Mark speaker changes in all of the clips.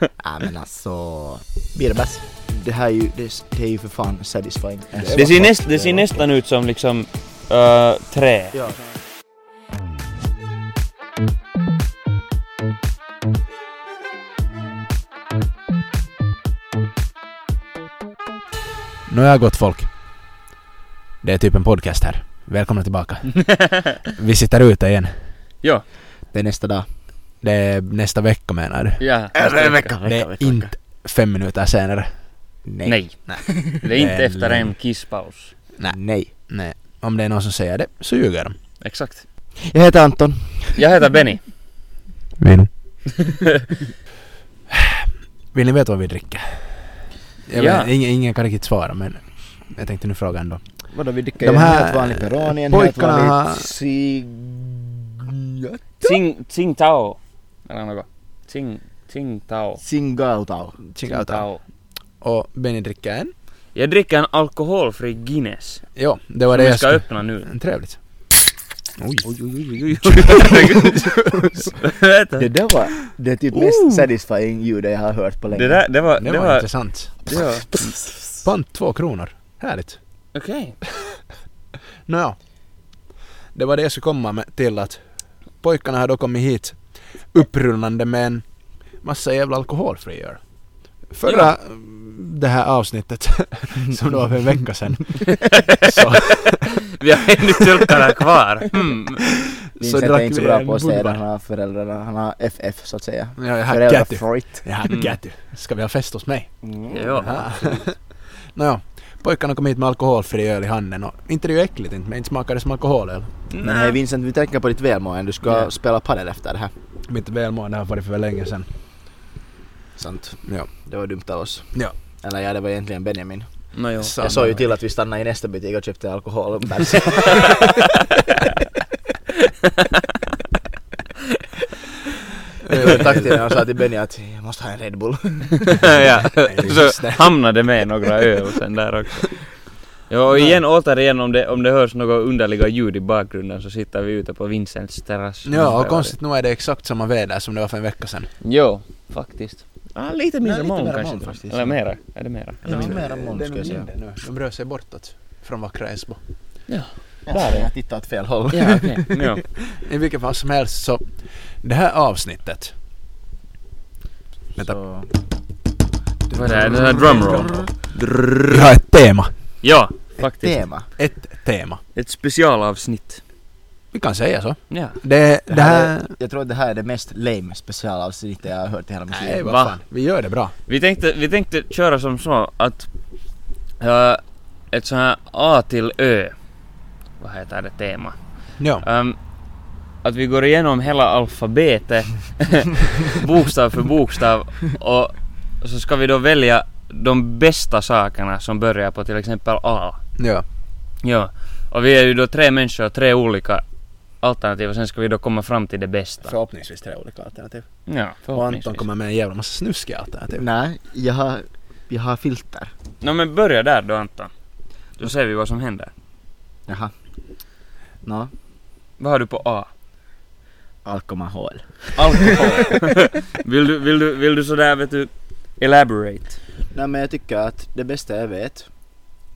Speaker 1: Nej men alltså, Birbas. Det här är ju, det, det är ju för fan satisfying.
Speaker 2: Det ser, näst, det ser nästan ut som liksom eh, trä.
Speaker 1: Ja.
Speaker 3: Nåja gott folk. Det är typ en podcast här. Välkomna tillbaka.
Speaker 1: Mm.
Speaker 3: Vi sitter ute igen.
Speaker 2: Ja.
Speaker 1: Det är nästa dag.
Speaker 3: Det är nästa vecka menar du?
Speaker 2: ja.
Speaker 3: Det är inte fem minuter senare.
Speaker 1: Nej.
Speaker 2: Nej. Det är inte efter en kisspaus.
Speaker 1: Nej.
Speaker 3: Nej. Om det är någon som säger det så ljuger de.
Speaker 2: Exakt.
Speaker 1: Jag heter Anton.
Speaker 2: Jag heter Benny.
Speaker 3: Vin. Vill ni veta vad vi dricker? Jag
Speaker 2: Ja.
Speaker 3: vet, ingen, ingen kan riktigt svara men jag tänkte nu fråga ändå.
Speaker 1: Vadå vi dricker
Speaker 3: De
Speaker 1: ju en
Speaker 3: här
Speaker 1: helt vanlig Peroni, en
Speaker 3: pojkarna
Speaker 1: helt
Speaker 3: har-
Speaker 1: vanlig
Speaker 3: Mm,
Speaker 1: cig...
Speaker 2: Tsing, tsing tao. Eller något. Tsing, tsing tao.
Speaker 1: Singaltau.
Speaker 2: Tsing tao.
Speaker 3: Och Benny dricker en.
Speaker 2: Jag dricker en alkoholfri Guinness.
Speaker 3: Jo, det var
Speaker 2: Som
Speaker 3: det
Speaker 2: vi
Speaker 3: jag
Speaker 2: ska
Speaker 3: skulle...
Speaker 2: öppna nu.
Speaker 3: Trevligt. Oj.
Speaker 1: Det där var det typ mest satisfying ljudet jag har hört på länge.
Speaker 2: Det där, det var...
Speaker 3: Det,
Speaker 2: Det
Speaker 3: var,
Speaker 2: var...
Speaker 3: intressant.
Speaker 2: Det var
Speaker 3: Pant två kronor. Härligt.
Speaker 2: Okej.
Speaker 3: Nåja. Det var det jag skulle komma med till att pojkarna har då kommit hit upprullande med en massa jävla alkoholfri öl. Förra det här avsnittet som det var för en vecka sedan så,
Speaker 2: Vi har ännu turkarna kvar. Mm.
Speaker 3: så
Speaker 1: Vincent är
Speaker 3: drack
Speaker 1: inte så
Speaker 3: vi
Speaker 1: bra på
Speaker 3: en
Speaker 1: att säga det, han
Speaker 3: bullbar.
Speaker 1: har föräldrarna, han har FF så att säga.
Speaker 3: Ja, jag hackar du.
Speaker 1: Föräldrafright.
Speaker 3: Jag
Speaker 2: Mm.
Speaker 3: hackar du. Ska vi ha fest hos mig?
Speaker 1: Mm.
Speaker 2: Ja.
Speaker 3: Nåja. Pojkarna kom hit med alkoholfri öl i handen och inte det är ju äckligt inte men inte smakar det som alkoholöl.
Speaker 1: Men hej Vincent, vi tänker på ditt välmående. Du ska
Speaker 2: Ja.
Speaker 1: spela padel efter det här.
Speaker 3: Mitt välmående har varit för länge sedan.
Speaker 1: Sant.
Speaker 3: Ja.
Speaker 1: Det var dumt av oss.
Speaker 3: Ja.
Speaker 1: Eller ja, det var egentligen Benjamin.
Speaker 2: Nå jo.
Speaker 3: Så-
Speaker 1: Jag såg ju till att vi stannade i nästa butik och köpte alkohol och bärs. Tack till när jag sa till Benny att jag måste ha en Red Bull.
Speaker 2: ja, så hamnade med några öl sen där också. Ja, och igen återigen om det, om det hörs några underliga ljud i bakgrunden så sitter vi ute på Vincents terrass.
Speaker 3: Ja, och konstigt nog är det exakt samma väder som det var för en vecka sedan.
Speaker 2: Jo, faktiskt. Ja, lite mindre
Speaker 1: lite
Speaker 2: moln
Speaker 1: mera
Speaker 2: kanske.
Speaker 1: moln faktiskt.
Speaker 2: Eller mera. Är det mera?
Speaker 1: Ja, det är mera moln, skulle jag säga.
Speaker 3: nu. De rör sig bortåt från vackra Esbo.
Speaker 2: Där är jag.
Speaker 1: Jag tittade åt fel håll.
Speaker 2: Ja, okej. Ja.
Speaker 3: I vilket fall som helst så, det här avsnittet. Vänta.
Speaker 1: Så,
Speaker 2: Vad är det? här? Det här drumroll?
Speaker 3: Vi har ett tema.
Speaker 2: Ja, faktiskt.
Speaker 1: tema.
Speaker 3: Ett tema.
Speaker 2: Ett specialavsnitt.
Speaker 3: Vi kan säga så.
Speaker 2: Ja.
Speaker 3: Det, det här...
Speaker 1: är- Jag tror att det här är det mest lame specialavsnittet jag har hört i hela mitt
Speaker 3: Nej,
Speaker 1: liv.
Speaker 3: vad
Speaker 2: Va?
Speaker 3: fan. Vi gör det bra.
Speaker 2: Vi tänkte, vi tänkte köra som så att eh, ett sånt här A till Ö. Vad heter det tema?
Speaker 3: Ja.
Speaker 2: Ehm, att vi går igenom hela alfabetet, bokstav för bokstav och så ska vi då välja de bästa sakerna som börjar på till exempel A.
Speaker 3: ja.
Speaker 2: Ja. Och vi är ju då tre människor, tre olika alternativ och sen ska vi då komma fram till det bästa.
Speaker 3: Förhoppningsvis tre olika alternativ.
Speaker 2: Ja,
Speaker 3: Och Anton
Speaker 2: förhoppningsvis.
Speaker 3: kommer med en jävla massa snuskiga alternativ.
Speaker 1: Nej, jag har, jag har filter.
Speaker 2: Nå men börja där då Anton. Då ser vi vad som händer.
Speaker 1: Jaha. Nå,
Speaker 2: Vad har du på A?
Speaker 1: alkohol.
Speaker 2: Alkohol. vill, du, vill, du, vill du sådär vet du elaborate?
Speaker 1: Nej men jag tycker att det bästa jag vet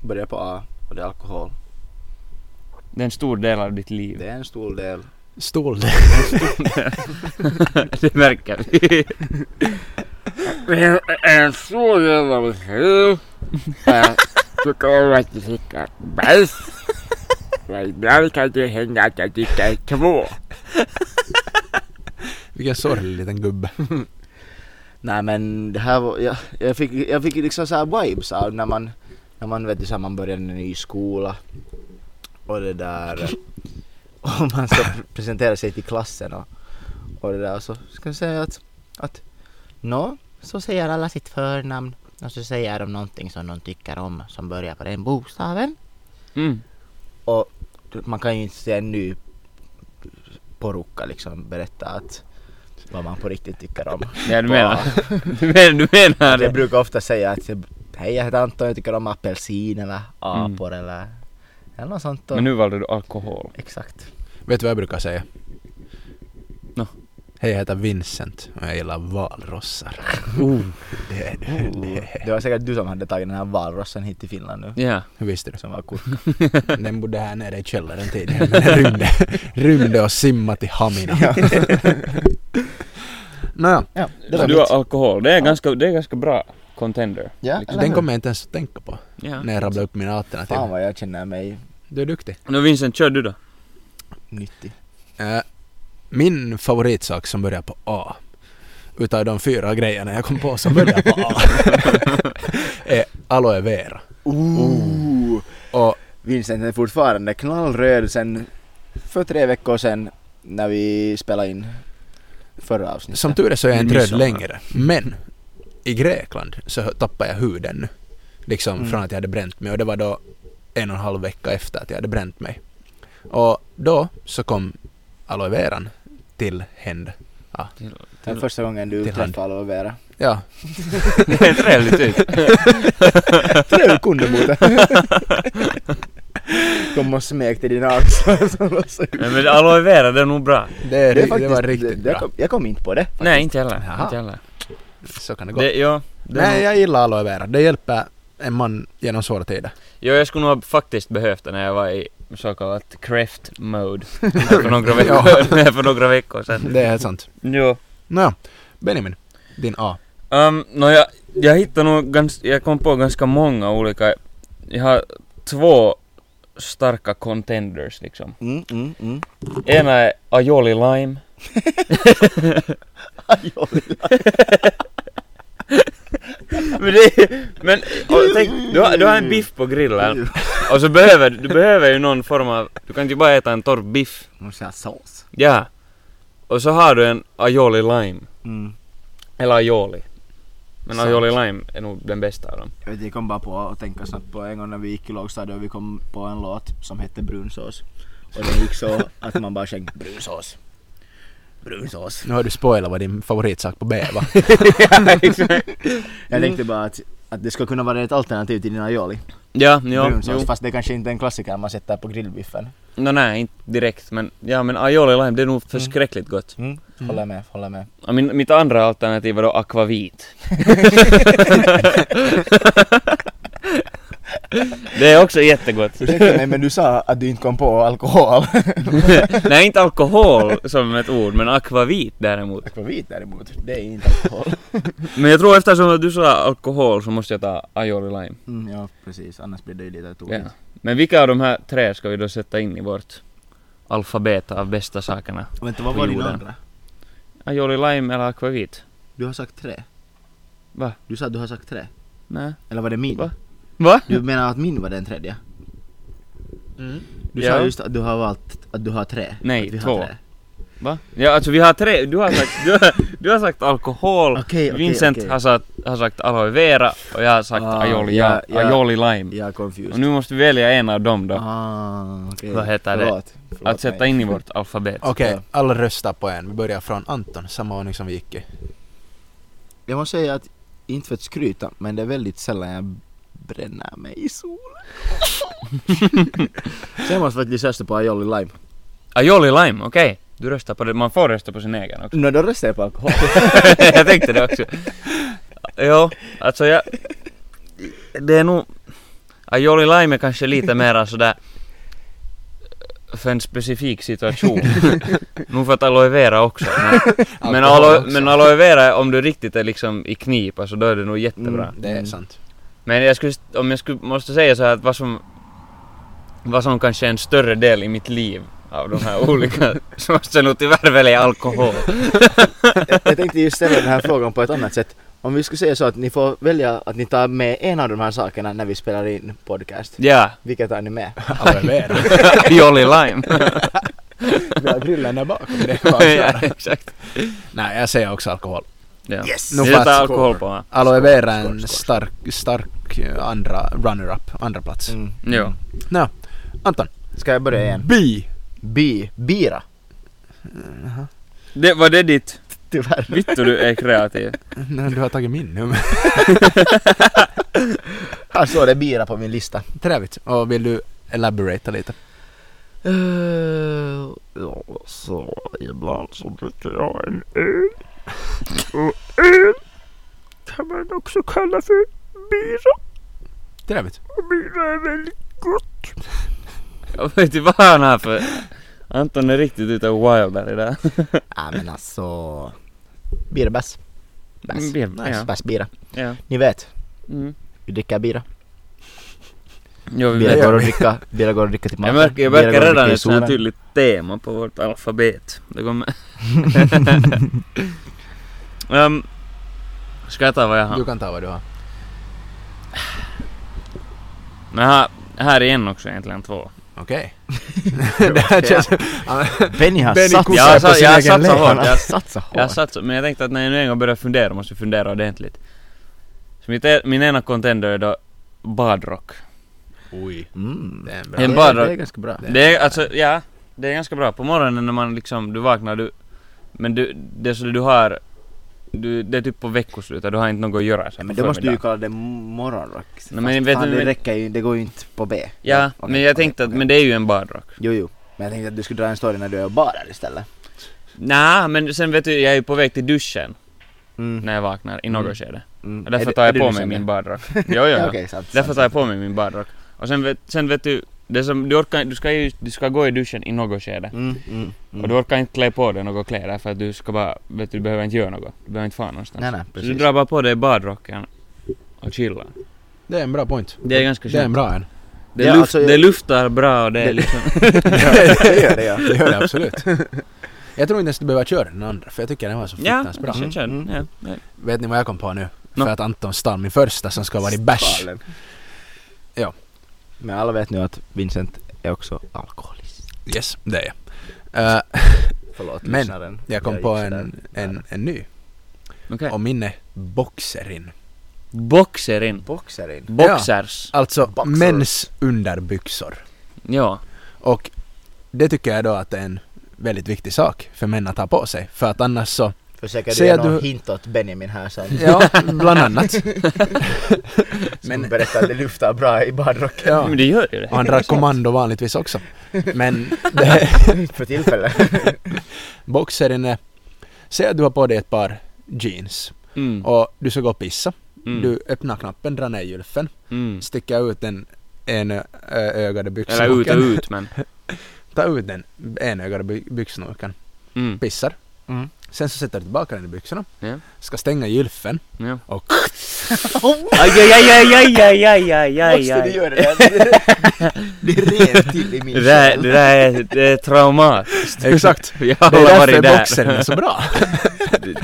Speaker 1: börjar på A och det är alkohol.
Speaker 2: Det är en stor del av ditt liv.
Speaker 1: Det är en stor del.
Speaker 3: Stol.
Speaker 2: det märker vi. En stor del av mitt liv är tycker om att dricka bärs. Men ibland kan det hända att jag dricker två.
Speaker 3: Vilken sorglig liten gubbe.
Speaker 1: Nej men det här var, jag, jag, fick, jag fick liksom så här vibes av när man, när man vet du så här, man börjar en ny skola och det där och man ska pr- presentera sig till klassen och, och det där så ska jag säga att, att nå, så säger alla sitt förnamn och så säger de någonting som de tycker om som börjar på den bokstaven
Speaker 2: Mm.
Speaker 1: och man kan ju inte se en ny porukka liksom berätta att vad man på riktigt tycker om.
Speaker 2: Ja du menar. Du menar, du menar
Speaker 1: Jag
Speaker 2: det.
Speaker 1: brukar ofta säga att jag, hej jag heter Anton, jag tycker om apelsin eller
Speaker 3: Mm.
Speaker 1: apor eller, eller något sånt. Och,
Speaker 2: Men nu valde du alkohol.
Speaker 1: Exakt.
Speaker 3: Vet du vad jag brukar säga?
Speaker 2: Nå.
Speaker 3: Hej, jag heter Vincent och jag gillar valrossar.
Speaker 2: Oh.
Speaker 3: Det är du. Det är.
Speaker 1: Det var säkert du som hade tagit den här valrossen hit till Finland nu.
Speaker 2: Ja.
Speaker 3: Hur visste du?
Speaker 1: Som var kort.
Speaker 3: Den bodde här nere i källaren tidigare men den rymde, rymde och simmade till Hamina. Nåja,
Speaker 1: Ja, det
Speaker 2: Så
Speaker 1: var
Speaker 2: du har
Speaker 1: mitt.
Speaker 2: alkohol. Det är, ganska, det är ganska bra contender.
Speaker 1: Ja,
Speaker 2: Liksom.
Speaker 1: eller
Speaker 3: den
Speaker 1: hur?
Speaker 3: kommer jag inte ens att tänka på
Speaker 2: Ja.
Speaker 3: när jag rabblar upp mina alternativ.
Speaker 1: Fan vad jag känner mig
Speaker 3: Du är duktig.
Speaker 2: Nå Vincent, kör du då.
Speaker 1: nyttig.
Speaker 3: Eh, min favoritsak som börjar på A utav de fyra grejerna jag kom på som börjar på A är aloe vera. Oh.
Speaker 1: Ooh.
Speaker 3: Och
Speaker 1: Vincent är fortfarande knallröd sen för tre veckor sen när vi spelade in förra avsnittet.
Speaker 3: som tur är så är jag inte
Speaker 2: Vid
Speaker 3: röd
Speaker 2: midsommar.
Speaker 3: längre. Men i Grekland så tappade jag huden nu. Liksom
Speaker 1: Mm.
Speaker 3: från att jag hade bränt mig och det var då en och en halv vecka efter att jag hade bränt mig. Och då så kom aloe veran till händ.
Speaker 1: Det är första gången du
Speaker 3: Till hand.
Speaker 1: träffar Aloe Vera.
Speaker 3: Ja,
Speaker 2: Det är trevligt ut.
Speaker 1: Trevlig kundemot. Kom och smek till dina axlar som lossar ut.
Speaker 2: Nej, men aloe vera, det är nog bra.
Speaker 3: det, är,
Speaker 1: Det, är
Speaker 3: ri- det
Speaker 1: faktiskt-
Speaker 3: var
Speaker 1: det-
Speaker 3: riktigt
Speaker 1: det,
Speaker 3: bra.
Speaker 1: kom, Jag kom inte på det.
Speaker 2: Nej, inte heller.
Speaker 3: Jaha.
Speaker 2: Inte heller.
Speaker 3: Så kan det gå.
Speaker 2: Det, ja, det är nog-
Speaker 3: Nej, jag gillar aloe vera. Det hjälper en man genom svåra tider.
Speaker 2: Ja, jag skulle nog ha faktiskt behövt det när jag var i så kallat craft mode för några veckor, för några veckor sedan.
Speaker 3: Det är helt sant.
Speaker 2: Jo.
Speaker 3: Nåja, Benjamin. Din A.
Speaker 2: Um, no, jag, jag hittade nog ganska, jag kom på ganska många olika, jag har två starka contenders liksom.
Speaker 1: Mm, mm, mm.
Speaker 2: Ena är aioli lime. Men, det, är- men och, tänk, du, har, du har en biff på grillen och så behöver du behöver ju någon form av, du kan inte bara äta en torr biff.
Speaker 1: Måste jag ha sås?
Speaker 2: Ja. Och så har du en aioli lime.
Speaker 1: Mm.
Speaker 2: Eller aioli. Men
Speaker 3: Sant.
Speaker 2: aioli lime är nog den bästa av dem.
Speaker 1: Jag, vet, jag kom bara på att tänka snabbt på en gång när vi gick i lågstadiet och vi kom på en låt som hette Brunsås. Och den gick så att man bara sjöng brunsås. Brunsås.
Speaker 3: Nu har du spoilat vad din favoritsak på B var.
Speaker 1: Jag tänkte bara att, att det skulle kunna vara ett alternativ till din aioli.
Speaker 2: Ja, ja, jo.
Speaker 1: brunsås. Fast det kanske inte är en klassiker man sätter på grillbiffen.
Speaker 2: No, nej, inte direkt. Men, ja, men aioli lime, det är nog förskräckligt gott.
Speaker 1: Mm. Håller med, håller med.
Speaker 2: Ja, Min, mitt andra alternativ var då akvavit. det är också jättegott.
Speaker 1: Ursäkta mig men du sa att du inte kom på alkohol.
Speaker 2: nej, inte alkohol som ett ord, men akvavit däremot.
Speaker 1: Akvavit däremot, det är inte alkohol.
Speaker 2: Men jag tror eftersom att du sa alkohol så måste jag ta aioli lime.
Speaker 1: Mm, ja precis, annars blir det ju lite tokigt.
Speaker 2: Ja. Men vilka av de här tre ska vi då sätta in i vårt alfabet av bästa sakerna?
Speaker 1: Vänta vad
Speaker 2: På
Speaker 1: var din
Speaker 2: jorden.
Speaker 1: andra?
Speaker 2: Aioli lime eller akvavit?
Speaker 1: Du har sagt tre.
Speaker 2: Va?
Speaker 1: Du sa att du har sagt tre.
Speaker 2: Nej.
Speaker 1: Eller var det min?
Speaker 2: Va? Va?
Speaker 1: Du menar att min var den tredje? Du
Speaker 2: Ja.
Speaker 1: sa just att du har valt att du har tre.
Speaker 2: Nej,
Speaker 1: att vi
Speaker 2: två.
Speaker 1: Har tre.
Speaker 2: Va? Ja alltså vi har tre, du har sagt, du har, du har sagt alkohol,
Speaker 1: Okej, okej,
Speaker 2: Vincent
Speaker 1: okej.
Speaker 2: Har, sagt, har sagt aloe vera och jag har sagt
Speaker 1: Ah,
Speaker 2: aioli,
Speaker 1: ja, ja.
Speaker 2: aioli lime.
Speaker 1: Jag är confused.
Speaker 2: Och nu måste vi välja en av dem då,
Speaker 1: ah, okej.
Speaker 2: Vad heter det?
Speaker 1: Förlåt. Förlåt
Speaker 2: att sätta
Speaker 1: mig.
Speaker 2: in i vårt alfabet.
Speaker 3: Okej,
Speaker 1: Ja.
Speaker 3: alla röstar på en. Vi börjar från Anton, samma ordning som vi gick i.
Speaker 1: Jag måste säga att, inte för att skryta, men det är väldigt sällan jag bränner mig i solen. Så jag måste faktiskt rösta på aioli lime.
Speaker 2: Aioli lime, okej. Du röstar på det, man får rösta på sin egen också.
Speaker 1: Nå, då röstar jag på alkohol.
Speaker 2: jag tänkte det också. Jo, alltså jag... Det är nog... Aioli lime är kanske lite mera sådär... För en specifik situation. Nog för att aloe vera också. Men, men,
Speaker 3: Alkohol
Speaker 2: aloe,
Speaker 3: också.
Speaker 2: men aloe vera, om du riktigt är liksom i knipa så då är det nog jättebra.
Speaker 1: Mm.
Speaker 3: Det är sant.
Speaker 2: Men jag skulle, om jag skulle, måste säga så här att vad som... Vad som kanske är en större del i mitt liv av de här olika så måste jag nog tyvärr välja alkohol.
Speaker 1: jag tänkte ju ställa den här frågan på ett annat sätt. Om vi skulle säga så att ni får välja att ni tar med en av de här sakerna när vi spelar in podcast.
Speaker 2: Ja,
Speaker 1: Vilka tar ni med?
Speaker 3: Aloe vera.
Speaker 2: aioli lime.
Speaker 3: Vi har grillen där bakom. Det är bara att köra.
Speaker 2: exakt.
Speaker 3: Nej, jag säger också alkohol.
Speaker 2: Ja.
Speaker 1: Yes!
Speaker 3: Nu
Speaker 2: Nu
Speaker 3: fast-
Speaker 2: sätter alkohol på.
Speaker 3: Aloe vera är
Speaker 1: Skål, skål,
Speaker 3: en stark, stark eh, andra runner-up, andra plats.
Speaker 1: Mm.
Speaker 2: Jo.
Speaker 3: Nå, Anton.
Speaker 1: Ska jag börja igen?
Speaker 3: Bi.
Speaker 1: Bi. Bira.
Speaker 2: Det, var det ditt?
Speaker 1: Tyvärr.
Speaker 2: Vittu du är kreativ.
Speaker 3: Nej, Du har tagit min nu. men
Speaker 1: Här står Alltså, det bira på min lista.
Speaker 3: Trevligt. Och vill du elaborata lite?
Speaker 4: Eh, ja, så ibland så dricker jag en öl. Och öl kan man också kalla för bira.
Speaker 3: Trevligt.
Speaker 4: Och bira är väldigt gott.
Speaker 2: Jag vet inte vad han har för... Anton är riktigt ute och wildar idag.
Speaker 1: Ja men alltså... Bira bäst. Bäst.
Speaker 2: Bira,
Speaker 1: Nice.
Speaker 2: ja.
Speaker 1: Bäst bira.
Speaker 2: Ja.
Speaker 1: Ni vet,
Speaker 2: Mm.
Speaker 1: vi dricker bira.
Speaker 2: Jag,
Speaker 1: Bira
Speaker 2: vet.
Speaker 3: gör
Speaker 1: går att
Speaker 3: vi.
Speaker 1: dricka, bira går att dricka till maten.
Speaker 2: jag märker, jag
Speaker 1: Bira
Speaker 2: märker
Speaker 1: går att
Speaker 2: redan
Speaker 1: dricka i
Speaker 2: ett sånt här
Speaker 1: solen.
Speaker 2: tydligt tema på vårt alfabet. Det kommer... um, ska jag ta vad jag har?
Speaker 3: Du kan ta vad du har.
Speaker 2: Men här, här igen också egentligen två.
Speaker 3: Okej. det här känns...
Speaker 1: Alltså, Benny har
Speaker 3: Benny
Speaker 1: satsat
Speaker 3: kossar
Speaker 2: Jag
Speaker 1: på
Speaker 2: sa-
Speaker 1: sin
Speaker 2: jag
Speaker 1: egen
Speaker 2: satsar
Speaker 1: lek.
Speaker 2: hårt.
Speaker 1: Han har
Speaker 2: Jag-
Speaker 1: satsat
Speaker 2: Jag
Speaker 1: hårt.
Speaker 2: satt så, men jag tänkte att när jag nu en gång börjar fundera måste jag fundera ordentligt. Så mitt, e- min ena contender är då badrock.
Speaker 3: Oj.
Speaker 1: Mm.
Speaker 3: Det är en bra...
Speaker 2: En
Speaker 1: Det-
Speaker 2: bara-
Speaker 1: Det är ganska bra.
Speaker 2: Det är alltså, ja. Det är ganska bra. På morgonen när man liksom, du vaknar du... Men du, det som du har... Du, det är typ på veckoslutet, du har inte något att göra sen
Speaker 1: Nej, men
Speaker 2: på
Speaker 1: då måste du ju
Speaker 2: förmiddagen.
Speaker 1: kalla det morgonrock. Fast
Speaker 2: Nej, men vet
Speaker 1: fan,
Speaker 2: du-
Speaker 1: det räcker ju, det går ju inte på B.
Speaker 2: Ja,
Speaker 1: okej,
Speaker 2: men jag
Speaker 1: okej,
Speaker 2: tänkte att,
Speaker 1: okej.
Speaker 2: men det är ju en badrock.
Speaker 1: Jo, jo. Men jag tänkte att du skulle dra en story när du är badar istället.
Speaker 2: Nej, men sen vet du, jag är ju på väg till duschen
Speaker 1: Mm.
Speaker 2: när jag vaknar i något
Speaker 1: Mm.
Speaker 2: skede.
Speaker 1: Mm.
Speaker 2: Och
Speaker 1: Är
Speaker 2: därför
Speaker 1: du-
Speaker 2: tar
Speaker 1: är
Speaker 2: jag
Speaker 1: du
Speaker 2: på
Speaker 1: nu
Speaker 2: mig
Speaker 1: sen?
Speaker 2: min badrock. Jo, jo,
Speaker 1: Ja,
Speaker 2: jo.
Speaker 1: okej, sant,
Speaker 2: Därför
Speaker 1: sant,
Speaker 2: tar jag på mig min badrock. Och sen vet, sen vet du, det som, du orkar du ska ju, du ska gå i duschen i något skede.
Speaker 1: Mm, mm, mm.
Speaker 2: Och du orkar inte klä på dig några kläder för att du ska bara, vet du, du behöver inte göra något. Du behöver inte fara någonstans.
Speaker 1: Nej, nej,
Speaker 2: så du
Speaker 1: precis.
Speaker 2: drar bara på dig badrocken och chillar. Det
Speaker 3: Det är en bra point.
Speaker 2: Det är ganska
Speaker 3: Det är
Speaker 2: skönt.
Speaker 3: en bra en.
Speaker 2: Det,
Speaker 1: Ja,
Speaker 2: luft,
Speaker 1: alltså, jag-
Speaker 2: det luftar bra och det är
Speaker 1: Det-
Speaker 2: liksom...
Speaker 1: det gör det, ja.
Speaker 3: Det gör det absolut. Jag tror inte ens du behöver köra den andra, för jag tycker den var så
Speaker 2: ja,
Speaker 3: fruktansvärt bra.
Speaker 2: kör, kör.
Speaker 1: Mm.
Speaker 2: Ja, ja.
Speaker 3: Vet ni vad jag kom på nu?
Speaker 2: Nå.
Speaker 3: För att Anton stal min första som ska vara i bärs.
Speaker 1: Galen.
Speaker 3: Ja.
Speaker 1: Men alla vet nu att Vincent är också alkoholist.
Speaker 3: Yes, det är jag. Eh,
Speaker 1: Förlåt
Speaker 3: Men,
Speaker 1: lyssnaren.
Speaker 3: jag kom
Speaker 1: gick
Speaker 3: på
Speaker 1: sådär.
Speaker 3: en, en, en ny.
Speaker 2: Okej.
Speaker 3: Och min är boxerin.
Speaker 2: Boxerin.
Speaker 1: Boxerin.
Speaker 2: Boxers.
Speaker 3: Alltså
Speaker 1: Boxers.
Speaker 3: mäns underbyxor.
Speaker 2: Ja.
Speaker 3: Och det tycker jag då att är en väldigt viktig sak för män att ha på sig. För att annars så,
Speaker 1: Försöker du
Speaker 3: Säg
Speaker 1: ge
Speaker 3: att du-
Speaker 1: någon hint åt Benjamin här som,
Speaker 3: ja, bland annat.
Speaker 1: som
Speaker 3: Men-
Speaker 1: berättar att det luftar bra i badrocken
Speaker 3: Ja.
Speaker 2: Men det gör ju det.
Speaker 3: Och han drar kommando vanligtvis också. Men det,
Speaker 1: för tillfället?
Speaker 3: boxerin är, säg att du har på dig ett par jeans
Speaker 2: Mm.
Speaker 3: och du ska gå och pissa.
Speaker 2: Mm.
Speaker 3: Du öppnar knappen, drar ner gylfen,
Speaker 2: Mm.
Speaker 3: sticker ut en enögade
Speaker 2: Eller ut och
Speaker 3: byxsnoken.
Speaker 2: ut men.
Speaker 3: Ta ut den enögade by- byxsnoken,
Speaker 2: Mm.
Speaker 3: pissar.
Speaker 1: Mm.
Speaker 3: Sen så sätter du tillbaka den i byxorna,
Speaker 2: Ja.
Speaker 3: ska stänga gylfen
Speaker 2: Ja.
Speaker 3: och
Speaker 2: Aj, aj, aj, aj, aj, aj, aj, aj, aj,
Speaker 1: Måste du
Speaker 2: aj.
Speaker 1: göra det? där? Det rev till i min
Speaker 2: Det där,
Speaker 1: själ.
Speaker 2: det där är, det är traumatiskt.
Speaker 3: Exakt!
Speaker 2: Jag
Speaker 3: Det
Speaker 2: har
Speaker 3: är
Speaker 2: varit
Speaker 3: därför
Speaker 2: där.
Speaker 3: boxen är så bra!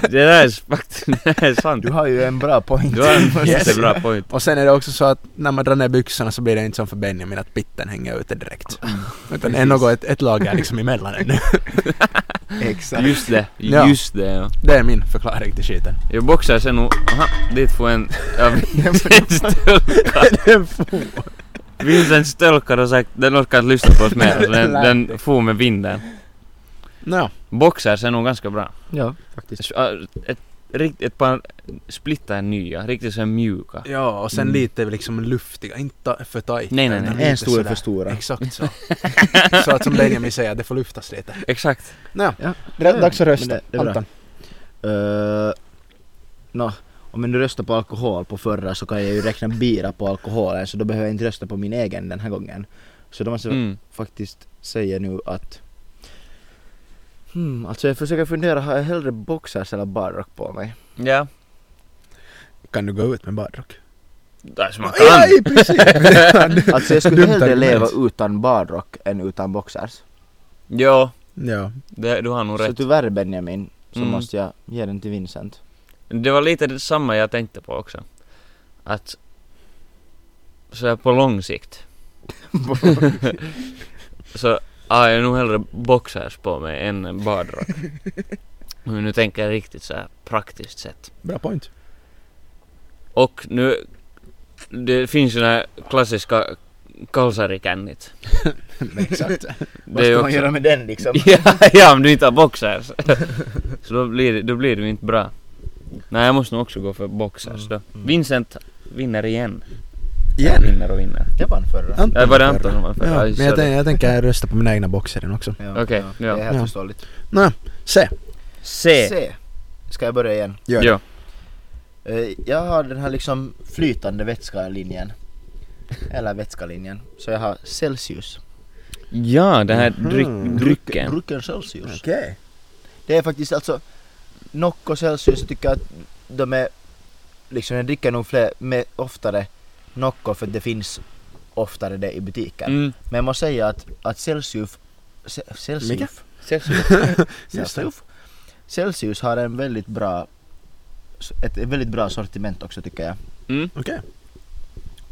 Speaker 2: Det där är faktiskt, det där är sant.
Speaker 1: Du har ju en bra point.
Speaker 2: Du har en
Speaker 3: Yes.
Speaker 2: jättebra point.
Speaker 3: Och sen är det också så att när man drar ner byxorna så blir det inte som för Benjamin att pitten hänger ute direkt. Utan det är något, ett, ett lager liksom emellan ännu.
Speaker 1: Exakt.
Speaker 2: Just det,
Speaker 3: Ja.
Speaker 2: just det ja.
Speaker 3: Det är min förklaring till skiten.
Speaker 2: Jag boxar sen och, aha, dit får en av Vincents
Speaker 3: Den
Speaker 2: stölkar. Vincents stölkar har sagt, den orkar inte lyssna på oss mer. så Den, den får med vinden.
Speaker 3: Nå,
Speaker 2: Boxers är nog ganska bra.
Speaker 1: Ja, faktiskt.
Speaker 2: Ett, ett, ett par splitta nya, riktigt så här mjuka.
Speaker 3: ja och sen
Speaker 1: Mm.
Speaker 3: lite liksom luftiga, inte ta- för tajt.
Speaker 2: Nej, nej, nej.
Speaker 3: utan
Speaker 1: En
Speaker 3: lite
Speaker 1: stor är
Speaker 3: sådär.
Speaker 1: för stora.
Speaker 3: Exakt så. så att som Benjamin säger, det får luftas lite.
Speaker 2: Exakt.
Speaker 3: Nå,
Speaker 1: Ja.
Speaker 3: det är dags att rösta.
Speaker 1: Men det- det är bra.
Speaker 3: Mm. Anton.
Speaker 1: Uh, Nå, om jag nu röstar på alkohol på förra så kan jag ju räkna bira på alkoholen så då behöver jag inte rösta på min egen den här gången. Så då måste jag
Speaker 2: Mm.
Speaker 1: faktiskt säga nu att Hmm, alltså jag försöker fundera, har jag hellre boxers eller badrock på mig?
Speaker 2: Ja.
Speaker 3: Kan du gå ut med badrock?
Speaker 2: Alltså man
Speaker 3: Ja,
Speaker 2: kan.
Speaker 3: i princip!
Speaker 1: Alltså jag skulle
Speaker 3: Dumt
Speaker 1: hellre
Speaker 3: argument.
Speaker 1: leva utan badrock än utan boxers.
Speaker 2: Jo,
Speaker 3: Ja.
Speaker 2: det, du har nog
Speaker 1: Så
Speaker 2: rätt.
Speaker 1: tyvärr Benjamin, så
Speaker 2: Mm.
Speaker 1: måste jag ge den till Vincent.
Speaker 2: Det var lite detsamma jag tänkte på också. Att så här på lång sikt. så har jag nog hellre boxers på mig än en badrock. Men nu tänker jag riktigt så här praktiskt sett.
Speaker 3: Bra point.
Speaker 2: Och nu, det finns ju den här klassiska kalsarikännit.
Speaker 3: Exakt.
Speaker 1: Vad ska man göra med den liksom?
Speaker 2: ja, ja, om du inte har boxers. så då blir, det- då blir det ju inte bra. Nej, jag måste nog också gå för boxers då. Vincent vinner igen.
Speaker 3: Igen?
Speaker 2: Vinner och vinner.
Speaker 1: Jag vann förra.
Speaker 3: Anton
Speaker 2: Ja, var det
Speaker 3: förra.
Speaker 2: Anton som vann förra?
Speaker 3: Ja,
Speaker 2: Ja,
Speaker 3: men
Speaker 2: just
Speaker 3: jag,
Speaker 2: det.
Speaker 3: tänk, jag tänker rösta på mina egna boxar den också.
Speaker 1: Ja,
Speaker 2: Okej, ja.
Speaker 1: Det är helt
Speaker 3: Ja.
Speaker 1: förståeligt.
Speaker 3: Nej, se.
Speaker 2: C.
Speaker 1: C. Ska jag börja igen?
Speaker 3: Gör det.
Speaker 2: Ja.
Speaker 1: Eh, Jag har den här liksom flytande vätska-linjen. Eller vätska-linjen. Så jag har Celsius.
Speaker 2: Ja, den här dryck,
Speaker 3: Mhm.
Speaker 2: drycken.
Speaker 1: Drycken Celsius.
Speaker 3: Okej.
Speaker 1: Det är faktiskt alltså... Nocco Celsius tycker jag att de är... Liksom jag dricker nog fler, med, oftare Nocco för det finns oftare det i butiken.
Speaker 2: Mm.
Speaker 1: Men jag måste säga att, att Celsius... Ce-
Speaker 3: Vilka?
Speaker 1: Celsius?
Speaker 2: Celsius.
Speaker 3: Just det.
Speaker 1: Celsius. Celsius har en väldigt bra... Ett väldigt bra sortiment också tycker jag.
Speaker 2: Mm.
Speaker 3: Okej.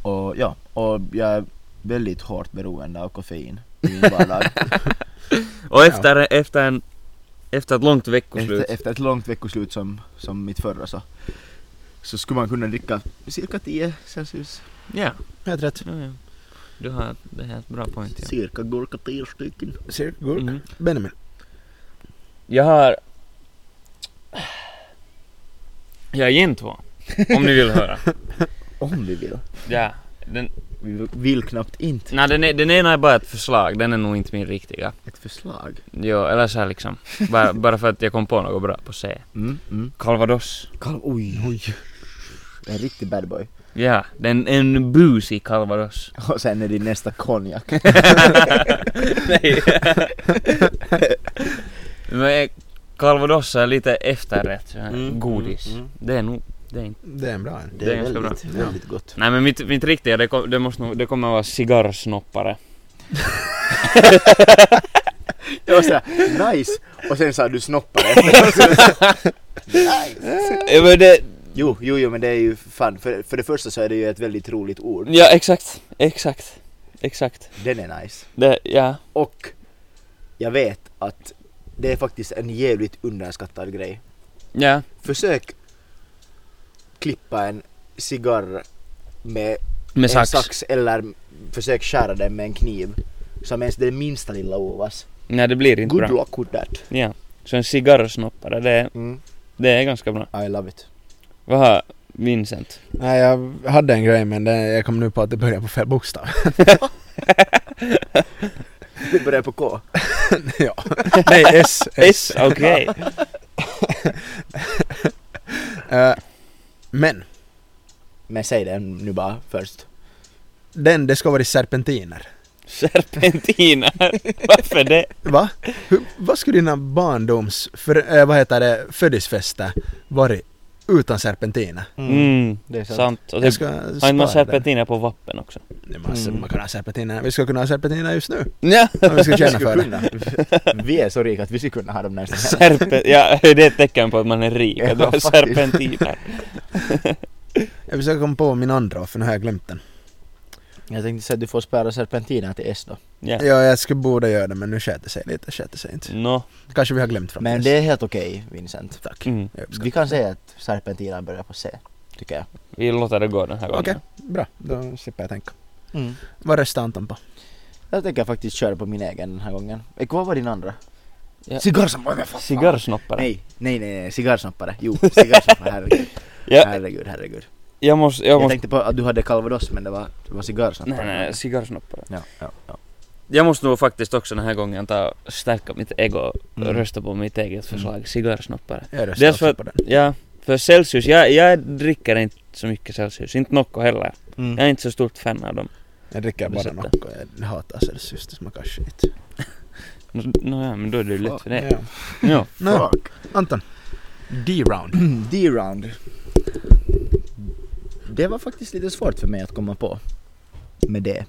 Speaker 1: Och ja, och jag är väldigt hårt beroende av koffein i min vardag.
Speaker 2: Och efter, efter, en, efter ett långt veckoslut.
Speaker 1: efter, efter ett långt veckoslut som, som mitt förra så, så skulle man kunna dricka cirka 10 Celsius.
Speaker 2: Ja,
Speaker 3: Helt rätt.
Speaker 2: ja, ja. Du har det här är ett bra point. Ja.
Speaker 1: Cirka gurka 10 stycken.
Speaker 3: Ser gurk.
Speaker 2: Mhm.
Speaker 3: Benjamin.
Speaker 2: Jag har... Jag är igen två. Om ni vill höra.
Speaker 1: Om vi vill.
Speaker 2: Ja. Den,
Speaker 1: Vi vill knappt inte.
Speaker 2: nej, den, är- den ena är bara ett förslag, den är nog inte min riktiga.
Speaker 1: Ett förslag.
Speaker 2: Jo, eller så här liksom. Bara, bara för att jag kom på något bra på C.
Speaker 1: Mm, mm.
Speaker 2: Calvados.
Speaker 1: Kalv, oj. En riktig bad boy.
Speaker 2: Ja, den en bus i Calvados.
Speaker 1: Och sen är det nästa konjak.
Speaker 2: Nej. Men Calvados är lite efterrätt, så här, godis. Det är nog, det är inte.
Speaker 3: Det är en bra en.
Speaker 1: Det
Speaker 2: Det är
Speaker 1: är
Speaker 2: ganska
Speaker 1: väldigt,
Speaker 3: Ja.
Speaker 1: väldigt gott.
Speaker 2: Nej men mitt, mitt riktiga, det, kom, det, måste nog, det kommer att vara cigarrsnoppare.
Speaker 1: Jag var såhär, nice! Och sen sa du snoppare. nice!
Speaker 2: Ja, men det,
Speaker 1: Jo, jo, jo, men det är ju fan. För, för det första så är det ju ett väldigt roligt ord.
Speaker 2: ja exakt, exakt, exakt.
Speaker 1: Den är nice.
Speaker 2: Det, ja.
Speaker 1: Och jag vet att det är faktiskt en jävligt underskattad grej.
Speaker 2: Ja.
Speaker 1: Försök klippa en cigarr med en
Speaker 2: Med Eh, sax.
Speaker 1: sax eller försök skära den med en kniv. Som ens det minsta lilla ovas.
Speaker 2: Nej det blir inte
Speaker 1: Good
Speaker 2: bra.
Speaker 1: luck with that.
Speaker 2: Ja. Så en cigarrsnoppare, det,
Speaker 1: Mm.
Speaker 2: det är ganska bra.
Speaker 1: I love it.
Speaker 2: Vad har Vincent?
Speaker 3: Nej, jag hade en grej men det, jag kom nu på att det börjar på fel bokstav.
Speaker 1: Det börjar på K.
Speaker 3: ja. Nej, S.
Speaker 2: S,
Speaker 3: S.
Speaker 2: okej.
Speaker 3: Eh, men,
Speaker 1: Men säg den nu bara först.
Speaker 3: den det ska vara i serpentiner.
Speaker 2: Serpentiner. Varför det?
Speaker 3: Va? Hur, vad skulle dina barndoms, för, eh, vad heter det, födelsedagsfester varit utan serpentiner?
Speaker 2: Mm,
Speaker 1: Det är sant.
Speaker 2: sant. Och
Speaker 3: Jag
Speaker 2: typ,
Speaker 3: ska
Speaker 2: har inte man
Speaker 3: spara den.
Speaker 2: serpentiner på vapen också?
Speaker 3: Nej, Man,
Speaker 1: Mm.
Speaker 3: man kan ha serpentiner. Vi ska kunna ha serpentiner just nu.
Speaker 2: Ja.
Speaker 3: Om vi ska
Speaker 1: Vi
Speaker 3: tjäna för
Speaker 1: skulle
Speaker 3: det.
Speaker 1: kunna. Vi är så rika att vi skulle kunna ha dem nästan.
Speaker 2: Serpent, ja, det är ett tecken på att man är rik, att du
Speaker 1: Ja,
Speaker 2: har
Speaker 1: faktiskt.
Speaker 2: serpentiner.
Speaker 3: Jag försöker komma på min andra för nu har jag glömt den.
Speaker 1: Jag tänkte säga att du får spärra serpentinen till S då.
Speaker 2: Ja.
Speaker 3: Ja, jag skulle borde göra det men nu sket det sig lite, sket det sig inte.
Speaker 2: Nå.
Speaker 3: Kanske vi har glömt från
Speaker 1: Men det är helt okej Vincent.
Speaker 3: Tack.
Speaker 2: Mm.
Speaker 3: Jag uppskattar
Speaker 1: Vi kan säga att serpentinen börjar på C, tycker jag.
Speaker 2: Vi låter det gå den här gången.
Speaker 3: Okej, bra. Då slipper jag tänka.
Speaker 2: Mm.
Speaker 3: Vad röstar Anton på?
Speaker 1: Jag tänker faktiskt köra på min egen den här gången. Eh, Vad var din andra?
Speaker 2: Ja.
Speaker 1: Cigarrsnoppare!
Speaker 2: Cigarrsnoppare.
Speaker 1: Nej, nej, nej, nej, cigarrsnoppare. Jo, cigarrsnoppare, herregud.
Speaker 2: Jag,
Speaker 1: Herregud, herregud.
Speaker 2: jag måste... Jag
Speaker 1: Jag
Speaker 2: måste
Speaker 1: tänkte på att du hade calvados men det var, det var cigarrsnoppare.
Speaker 2: nej, nej, cigarrsnoppare.
Speaker 1: Ja, ja, ja.
Speaker 2: Jag måste nog faktiskt också den här gången ta, stärka mitt ego och
Speaker 1: Mm.
Speaker 2: rösta på mitt eget förslag, cigarrsnoppare.
Speaker 3: Jag
Speaker 2: Det
Speaker 3: röstar
Speaker 2: är för
Speaker 3: också
Speaker 2: att-
Speaker 3: på den.
Speaker 2: Ja, för Celsius, jag, jag dricker inte så mycket Celsius, inte Nocco heller.
Speaker 1: Mm.
Speaker 2: Jag är inte så stort fan av dem.
Speaker 3: Jag dricker
Speaker 2: Vi
Speaker 3: bara
Speaker 2: sätter.
Speaker 3: Nocco, jag hatar Celsius, det smakar skit.
Speaker 2: Nå Mm. nå ja, men då är det ju lätt för dig.
Speaker 3: Ja.
Speaker 2: Ja.
Speaker 3: Nå, Anton. D-round.
Speaker 1: D-round. Det var faktiskt lite svårt för mig att komma på med det.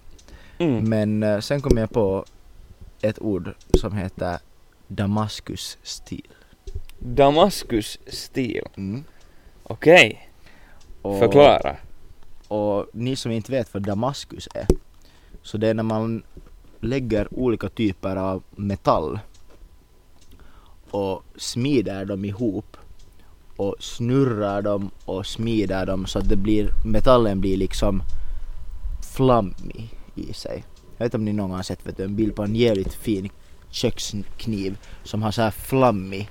Speaker 2: Mm.
Speaker 1: Men eh, sen kom jag på ett ord som heter Damaskus-stil.
Speaker 2: Damaskus-stil. Okej,
Speaker 1: Och,
Speaker 2: Mm. förklara.
Speaker 1: Och ni som inte vet vad Damaskus är. Så det är när man lägger olika typer av metall och smider dem ihop och snurrar dem och smider dem så att det blir, metallen blir liksom flammig i sig. Jag vet inte om ni någon gång har sett vet du, en bild på en jävligt fin kökskniv som har så här flammig,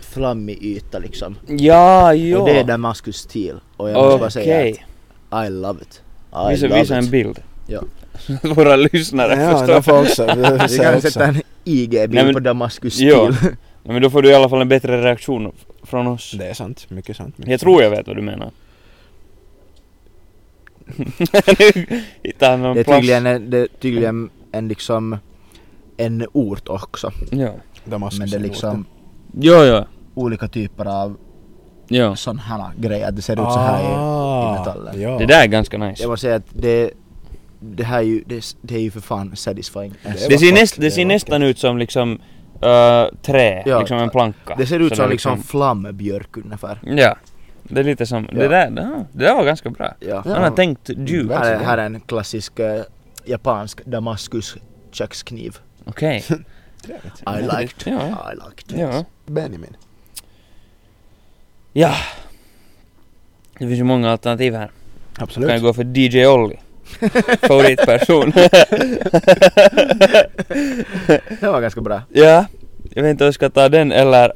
Speaker 1: flammig yta liksom.
Speaker 2: Ja, jo.
Speaker 1: Och det är Damaskus stil och jag måste bara säga
Speaker 2: Okej.
Speaker 1: att I love it. I
Speaker 2: Visa,
Speaker 1: love
Speaker 2: visa
Speaker 1: it.
Speaker 2: en bild.
Speaker 1: Ja.
Speaker 2: Våra lyssnare
Speaker 3: Ja,
Speaker 2: förstår.
Speaker 3: de får också. Vi
Speaker 1: Vi kan
Speaker 3: ser
Speaker 1: sätta
Speaker 3: också.
Speaker 1: en IG-bild
Speaker 2: Nej, men-
Speaker 1: på Damaskus stil.
Speaker 2: Jo. Ja, men då får du i alla fall en bättre reaktion från oss.
Speaker 3: Det är sant, mycket sant. Mycket
Speaker 2: Jag
Speaker 3: sant.
Speaker 2: tror jag vet vad du menar. nu hittar han någon
Speaker 1: Det är
Speaker 2: plats.
Speaker 1: tydligen, en, det är tydligen en liksom en ort också.
Speaker 2: Ja.
Speaker 3: Damaskus
Speaker 1: Men det är
Speaker 3: emot
Speaker 1: liksom
Speaker 2: Ja, ja.
Speaker 1: olika typer av
Speaker 2: ja.
Speaker 1: sådana här grejer. Att det ser ut så här i- i metallen.
Speaker 3: Ah. Ja.
Speaker 2: Det där är ganska nice.
Speaker 1: Ah. Jag måste säga att det, det här är ju, det, det är ju för fan satisfying.
Speaker 3: Det
Speaker 2: Det,
Speaker 3: var
Speaker 2: ser,
Speaker 3: vackert,
Speaker 2: näst,
Speaker 3: det
Speaker 2: det ser
Speaker 3: var
Speaker 2: nästan ut som liksom eh, trä,
Speaker 1: Ja,
Speaker 2: liksom en planka.
Speaker 1: Det ser ut
Speaker 2: Sådär
Speaker 1: som liksom flambjörk ungefär.
Speaker 2: Ja. Det är lite som,
Speaker 1: Ja.
Speaker 2: det där, det, det där var ganska bra.
Speaker 1: Ja.
Speaker 2: Han har tänkt djupt.
Speaker 1: Här är,
Speaker 2: Okej.
Speaker 1: här är en klassisk eh, japansk Damaskus kökskniv.
Speaker 3: Trevligt.
Speaker 1: I liked.
Speaker 2: Ja.
Speaker 1: I liked.
Speaker 2: Ja.
Speaker 3: Benjamin.
Speaker 2: ja. Det finns ju många alternativ här.
Speaker 3: Absolut.
Speaker 2: Kan jag gå för DJ Olli. Favoritperson.
Speaker 1: Det var ganska bra.
Speaker 2: ja. Jag vet inte om jag ska ta den eller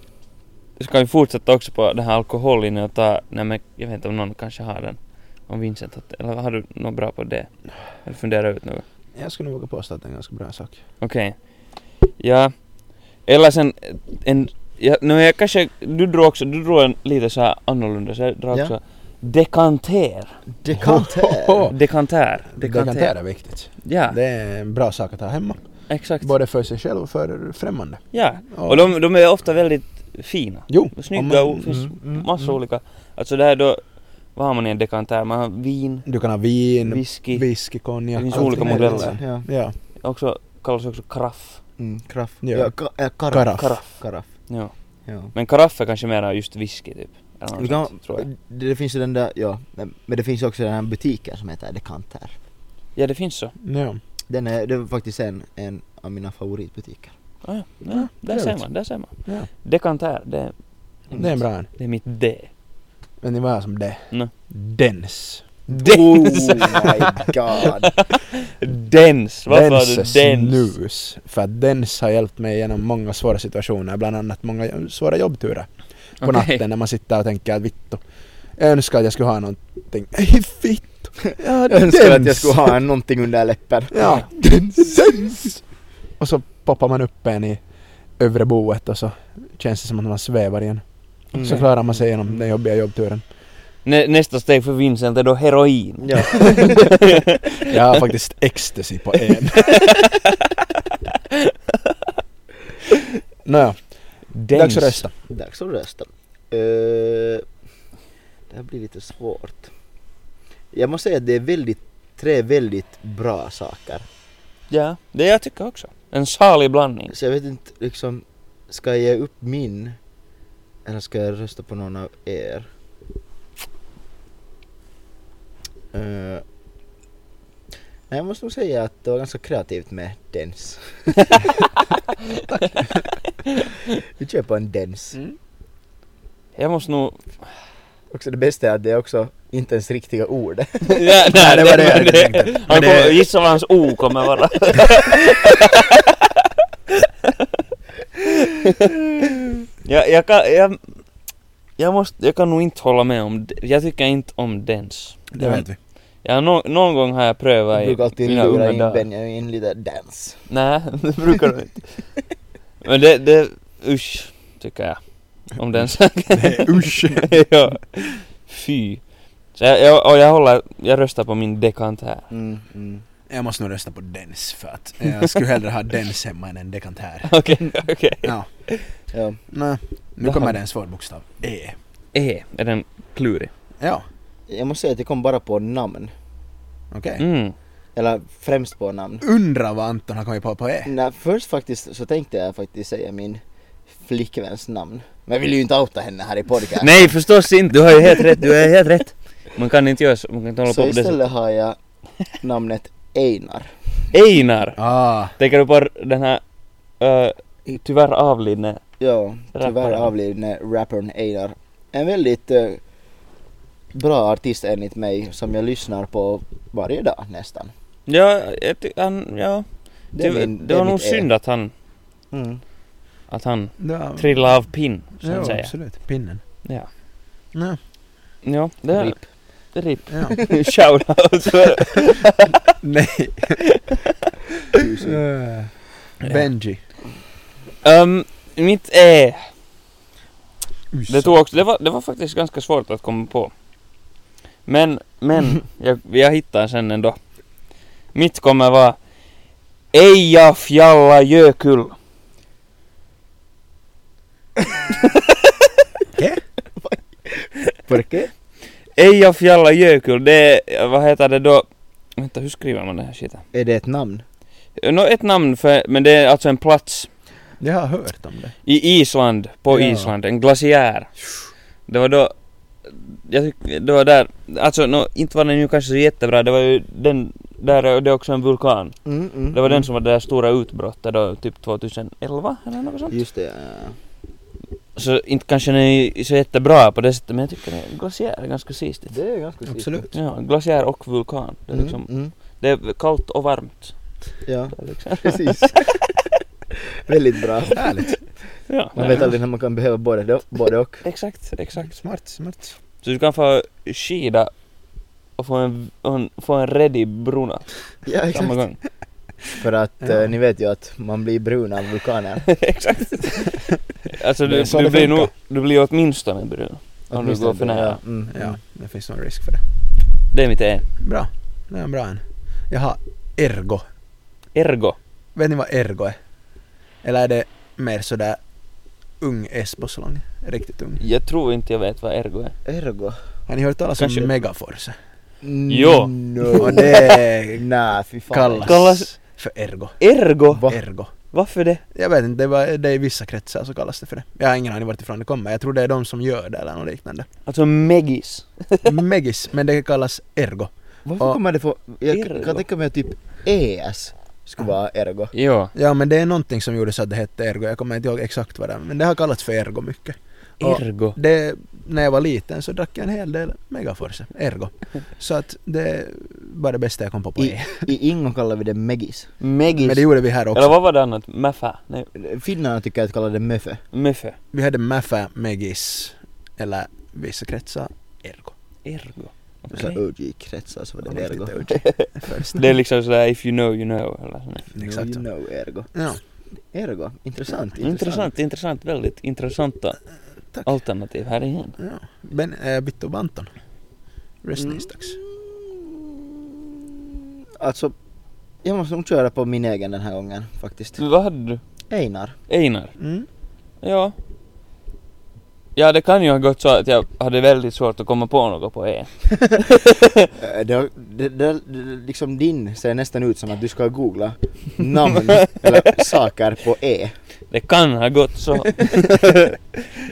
Speaker 2: ska vi fortsätta också på den här alkohollinjen och ta, nej men jag vet inte om någon kanske har den. Om Vincent har eller har du något bra på det? Eller fundera ut något?
Speaker 3: Jag skulle nog våga påstå att det är en ganska bra sak.
Speaker 2: Okej. Ja. Eller sen en... Ja, no, jag kanske... Du drog också... Du drog en lite så här annorlunda så jag drar
Speaker 1: Ja.
Speaker 2: också... Dekanter.
Speaker 1: Dekanter.
Speaker 3: Oh,
Speaker 2: Dekantär.
Speaker 3: Dekanter är viktigt.
Speaker 2: Ja,
Speaker 3: Det är en bra sak att ha hemma.
Speaker 2: exakt.
Speaker 3: Både för sig själv och för främmande.
Speaker 2: Ja. Och de, de är ofta väldigt fina.
Speaker 3: Jo. om
Speaker 2: Snygga
Speaker 3: man-
Speaker 2: och finns
Speaker 1: mm, mm,
Speaker 2: massa
Speaker 1: mm.
Speaker 2: olika. Alltså det här då... Vad har man i en dekantär? Man har vin,
Speaker 3: Du kan ha vin,
Speaker 2: whisky,
Speaker 3: whisky, konjak.
Speaker 2: Det finns
Speaker 3: allting
Speaker 2: olika
Speaker 3: är
Speaker 2: modeller.
Speaker 3: liksom-
Speaker 1: Ja.
Speaker 3: Ja.
Speaker 2: också, kallas också karaff.
Speaker 1: Mm, kraff.
Speaker 3: Ja.
Speaker 1: Ja, ka, äh, karaff.
Speaker 3: Karaff.
Speaker 2: Karaff.
Speaker 1: Karaff.
Speaker 2: Ja.
Speaker 1: Ja.
Speaker 2: Men karaff är kanske mera just whisky typ. Eller något
Speaker 1: Du kan-
Speaker 2: sånt, tror jag.
Speaker 1: Det, det finns ju den där, ja. Men men det finns också den här butiken som heter Dekanter.
Speaker 2: Ja, det finns så.
Speaker 3: Ja.
Speaker 1: Den är, det är faktiskt en, en av mina favoritbutiker.
Speaker 2: Ah, ja. ja, där ser
Speaker 3: trevligt.
Speaker 2: man, där ser man.
Speaker 3: Ja.
Speaker 2: Dekantär, det, Mm.
Speaker 3: Det är en bra en.
Speaker 2: det är mitt D.
Speaker 3: Men ni var som det.
Speaker 2: Nej.
Speaker 3: Dens.
Speaker 2: Dens!
Speaker 1: Oh my god!
Speaker 2: Dens! Varför har
Speaker 3: dens
Speaker 2: du
Speaker 3: är
Speaker 2: dens?
Speaker 3: snus. För att dens har hjälpt mig genom många svåra situationer. Bland annat många svåra jobbturer. På
Speaker 2: Okej.
Speaker 3: natten när man sitter och tänker att vittu. Jag önskar att jag skulle ha någonting. Ej vittu. Jag hade
Speaker 1: Jag önskar att jag
Speaker 3: dens.
Speaker 1: skulle ha en någonting under läppen.
Speaker 3: Ja. Dens. dens. Och så poppar man upp en i övre boet och så känns det som att man svävar igen.
Speaker 1: Mm.
Speaker 3: Så klarar man sig igenom den jobbiga jobbturen.
Speaker 2: Nä, nästa steg för Vincent är då heroin.
Speaker 1: Ja.
Speaker 3: Jag har faktiskt ecstasy på en. Nåja, dags
Speaker 2: Dens.
Speaker 3: att rösta.
Speaker 1: Dags att rösta. Eh, det här blir lite svårt. Jag måste säga att det är väldigt, tre väldigt bra saker.
Speaker 2: Ja, det jag tycker också. En salig blandning.
Speaker 1: Så jag vet inte liksom, ska jag ge upp min? Eller ska jag rösta på någon av er? Eh, nej, jag måste nog säga att det var ganska kreativt med dens. Vi köper en dens.
Speaker 3: Mm.
Speaker 2: Jag måste nog...
Speaker 1: Också det bästa är att det är också inte ens riktiga ord.
Speaker 2: Ja, nej,
Speaker 3: det var det jag tänkte.
Speaker 2: Han
Speaker 3: Men det-
Speaker 2: kommer, gissa vad hans O kommer vara. ja, jag kan... Jag, jag, måste, jag kan nog inte hålla med om... d- Jag tycker inte om dens.
Speaker 3: Det vet vi.
Speaker 2: Ja, no, någon gång har jag prövat
Speaker 1: Jag brukar alltid
Speaker 2: mina
Speaker 1: lura
Speaker 2: unga
Speaker 1: in
Speaker 2: dagar.
Speaker 1: Benjamin lite dans.
Speaker 2: Nej, det brukar du inte. Men det, det, usch, tycker jag. Om den saken.
Speaker 3: Usch!
Speaker 2: ja. Fy. Så jag, jag, och jag håller, jag röstar på min dekant här.
Speaker 1: Mm, mm.
Speaker 3: Jag måste nog rösta på Dens för att eh, jag skulle hellre ha Dens hemma än en dekantär.
Speaker 2: Okej, okej.
Speaker 3: Ja,
Speaker 1: Ja.
Speaker 3: nej. Nu kommer det en svår bokstav. E.
Speaker 2: E, är den klurig?
Speaker 3: Ja,
Speaker 1: Jag måste säga att jag kom bara på namn. E.
Speaker 3: okej.
Speaker 2: Mm.
Speaker 1: Eller främst på namn.
Speaker 3: Undrar vad Anton har kommit på på E.
Speaker 1: Nej, först faktiskt så tänkte jag faktiskt säga min flickväns namn. Men jag vill ju inte outa henne här i podcasten.
Speaker 2: Nej, förstås inte. Du har ju helt rätt, du har ju helt rätt. Man kan inte göra så, man kan inte hålla
Speaker 1: så
Speaker 2: på på det sättet.
Speaker 1: istället har jag namnet Einar.
Speaker 2: Einar!
Speaker 3: Ah,
Speaker 2: Tänker du på den här, eh, tyvärr avlidne?
Speaker 1: Ja, tyvärr
Speaker 2: Rapparen.
Speaker 1: avlidne rappern Einar. En väldigt eh, bra artist enligt mig som jag lyssnar på varje dag nästan.
Speaker 2: Ja, jag ty- han, ja.
Speaker 1: Det är
Speaker 2: Tyvärr-
Speaker 1: min-
Speaker 2: det
Speaker 1: är
Speaker 2: var nog
Speaker 1: mitt E.
Speaker 2: synd att han,
Speaker 1: Mm.
Speaker 2: att han
Speaker 3: ja.
Speaker 2: trilla av pinn, så att
Speaker 3: Ja,
Speaker 2: säga.
Speaker 3: absolut. Pinnen.
Speaker 2: Ja.
Speaker 3: Ja.
Speaker 2: Ja, det,
Speaker 1: Rip.
Speaker 2: RIP.
Speaker 3: Ja.
Speaker 2: Shoutout.
Speaker 3: Nej.
Speaker 1: Tusen.
Speaker 3: Eh, Benji.
Speaker 2: um, mitt är... Det, tog också, det, var, det var faktiskt ganska svårt att komma på. Men, men jag, jag hittar sen ändå. Mitt kommer vara Eyjafjallajökull.
Speaker 1: Perke?
Speaker 2: Eyjafjallajökull, det är, vad heter det då? Vänta, hur skriver man den här skiten?
Speaker 1: Är det ett namn?
Speaker 2: Nå, ett namn för, men det är alltså en plats
Speaker 3: Jag har hört om det.
Speaker 2: i Island, på
Speaker 3: Ja.
Speaker 2: Island, en glaciär. Det var då, jag tycker, det var där, alltså nå, inte var den ju kanske så jättebra, det var ju den, där är det också en vulkan.
Speaker 1: Mm, mm,
Speaker 2: Det var den
Speaker 1: mm.
Speaker 2: som var det där stora utbrottet då, typ 2011 eller något
Speaker 3: Mm.
Speaker 2: sånt.
Speaker 1: Just det, ja, ja, ja.
Speaker 2: Så inte kanske den är så jättebra på det sättet, men jag tycker en glaciär är ganska sistigt.
Speaker 1: Det är ganska sist.
Speaker 3: Absolut.
Speaker 2: Ja, en glaciär och vulkan. Det är,
Speaker 1: Mm,
Speaker 2: liksom,
Speaker 1: mm.
Speaker 2: det är kallt och varmt.
Speaker 1: Ja,
Speaker 2: där Liksom.
Speaker 1: precis. Väldigt bra.
Speaker 3: Härligt.
Speaker 2: Ja,
Speaker 1: Man vet aldrig när man kan behöva både, både och.
Speaker 2: Exakt, exakt.
Speaker 3: Smart, smart.
Speaker 2: Så du kan få skida och få en, en, få en redig bruna
Speaker 1: Ja,
Speaker 2: samma gång.
Speaker 1: För att
Speaker 3: Ja.
Speaker 1: eh, ni vet ju att man blir brun av vulkaner.
Speaker 2: exakt. Alltså
Speaker 3: Det
Speaker 2: du,
Speaker 3: är så
Speaker 2: du,
Speaker 3: det
Speaker 2: blir
Speaker 3: funkar.
Speaker 2: nog, du blir åtminstone brun. Om du går för nära.
Speaker 1: Ja, mm, mm.
Speaker 3: Ja, det finns någon risk för det.
Speaker 2: Det är mitt E.
Speaker 3: Bra. Det är en bra en. Jag har ergo.
Speaker 2: Ergo.
Speaker 3: Vet ni vad ergo är? Eller är det mer sådär ung esbosalong? Riktigt ung.
Speaker 2: Jag tror inte jag vet vad ergo är.
Speaker 1: Ergo?
Speaker 3: Har ni hört talas om
Speaker 2: Kanske-
Speaker 3: megaforce?
Speaker 2: Jo.
Speaker 1: No.
Speaker 3: Och det
Speaker 1: Nej, fy fan.
Speaker 3: kallas,
Speaker 2: Kallas-
Speaker 3: för ergo.
Speaker 2: Ergo?
Speaker 1: Va?
Speaker 3: Ergo.
Speaker 2: Varför det?
Speaker 3: Jag vet inte, det, var, det är i vissa kretsar så kallas det för det. Jag har ingen aning vartifrån det kommer. Jag tror det är de som gör det eller något liknande.
Speaker 2: Alltså megis.
Speaker 3: Megis, men det kallas ergo.
Speaker 1: Varför
Speaker 3: Ja.
Speaker 1: kommer det få... Jag
Speaker 2: Ergo.
Speaker 1: kan tänka mig att typ ES skulle vara ergo.
Speaker 2: Jo.
Speaker 3: Ja men det är någonting som gjorde så att det hette ergo. Jag kommer inte ihåg exakt vad det är, men det har kallats för ergo mycket. Och
Speaker 2: Ergo.
Speaker 3: det, när jag var liten så drack jag en hel del megaforce, ergo. Så att det var det bästa jag kom på på
Speaker 1: I,
Speaker 3: E.
Speaker 1: I Ingo kallar vi det megis.
Speaker 2: Megis.
Speaker 3: Men det gjorde vi här
Speaker 2: Eller
Speaker 3: också.
Speaker 2: vad var det annat? Mäfä? Nej,
Speaker 1: Finnarna tycker att kalla det möfö.
Speaker 2: möfö.
Speaker 3: Vi hade Mäfä, megis, eller vissa kretsar, ergo.
Speaker 2: Ergo.
Speaker 1: Så
Speaker 2: Okej.
Speaker 1: OG-kretsar så var det ergo.
Speaker 3: Riktigt
Speaker 1: No,
Speaker 3: udda. Först.
Speaker 2: Det är liksom sådär if you know you know eller sådär.
Speaker 3: Exakt
Speaker 1: you
Speaker 3: så.
Speaker 1: know ergo.
Speaker 3: Ja,
Speaker 1: Ergo, intressant.
Speaker 2: Intressant, intressant, väldigt intressanta
Speaker 3: Tack.
Speaker 2: alternativ här igen.
Speaker 3: ja. Ben, äh, Bittu Banton. Rest
Speaker 1: Mm.
Speaker 3: mm. dags.
Speaker 1: Mm, Alltså, jag måste nog köra på min egen den här gången faktiskt.
Speaker 2: Du, Vad hade du?
Speaker 1: Einar.
Speaker 2: Einar?
Speaker 3: Mm.
Speaker 2: Ja. Ja, det kan ju ha gått så att jag hade väldigt svårt att komma på något på E.
Speaker 1: Eh, Det, det, det, det, liksom din ser nästan ut som att du ska googla namn eller saker på E.
Speaker 2: Det kan ha gått så.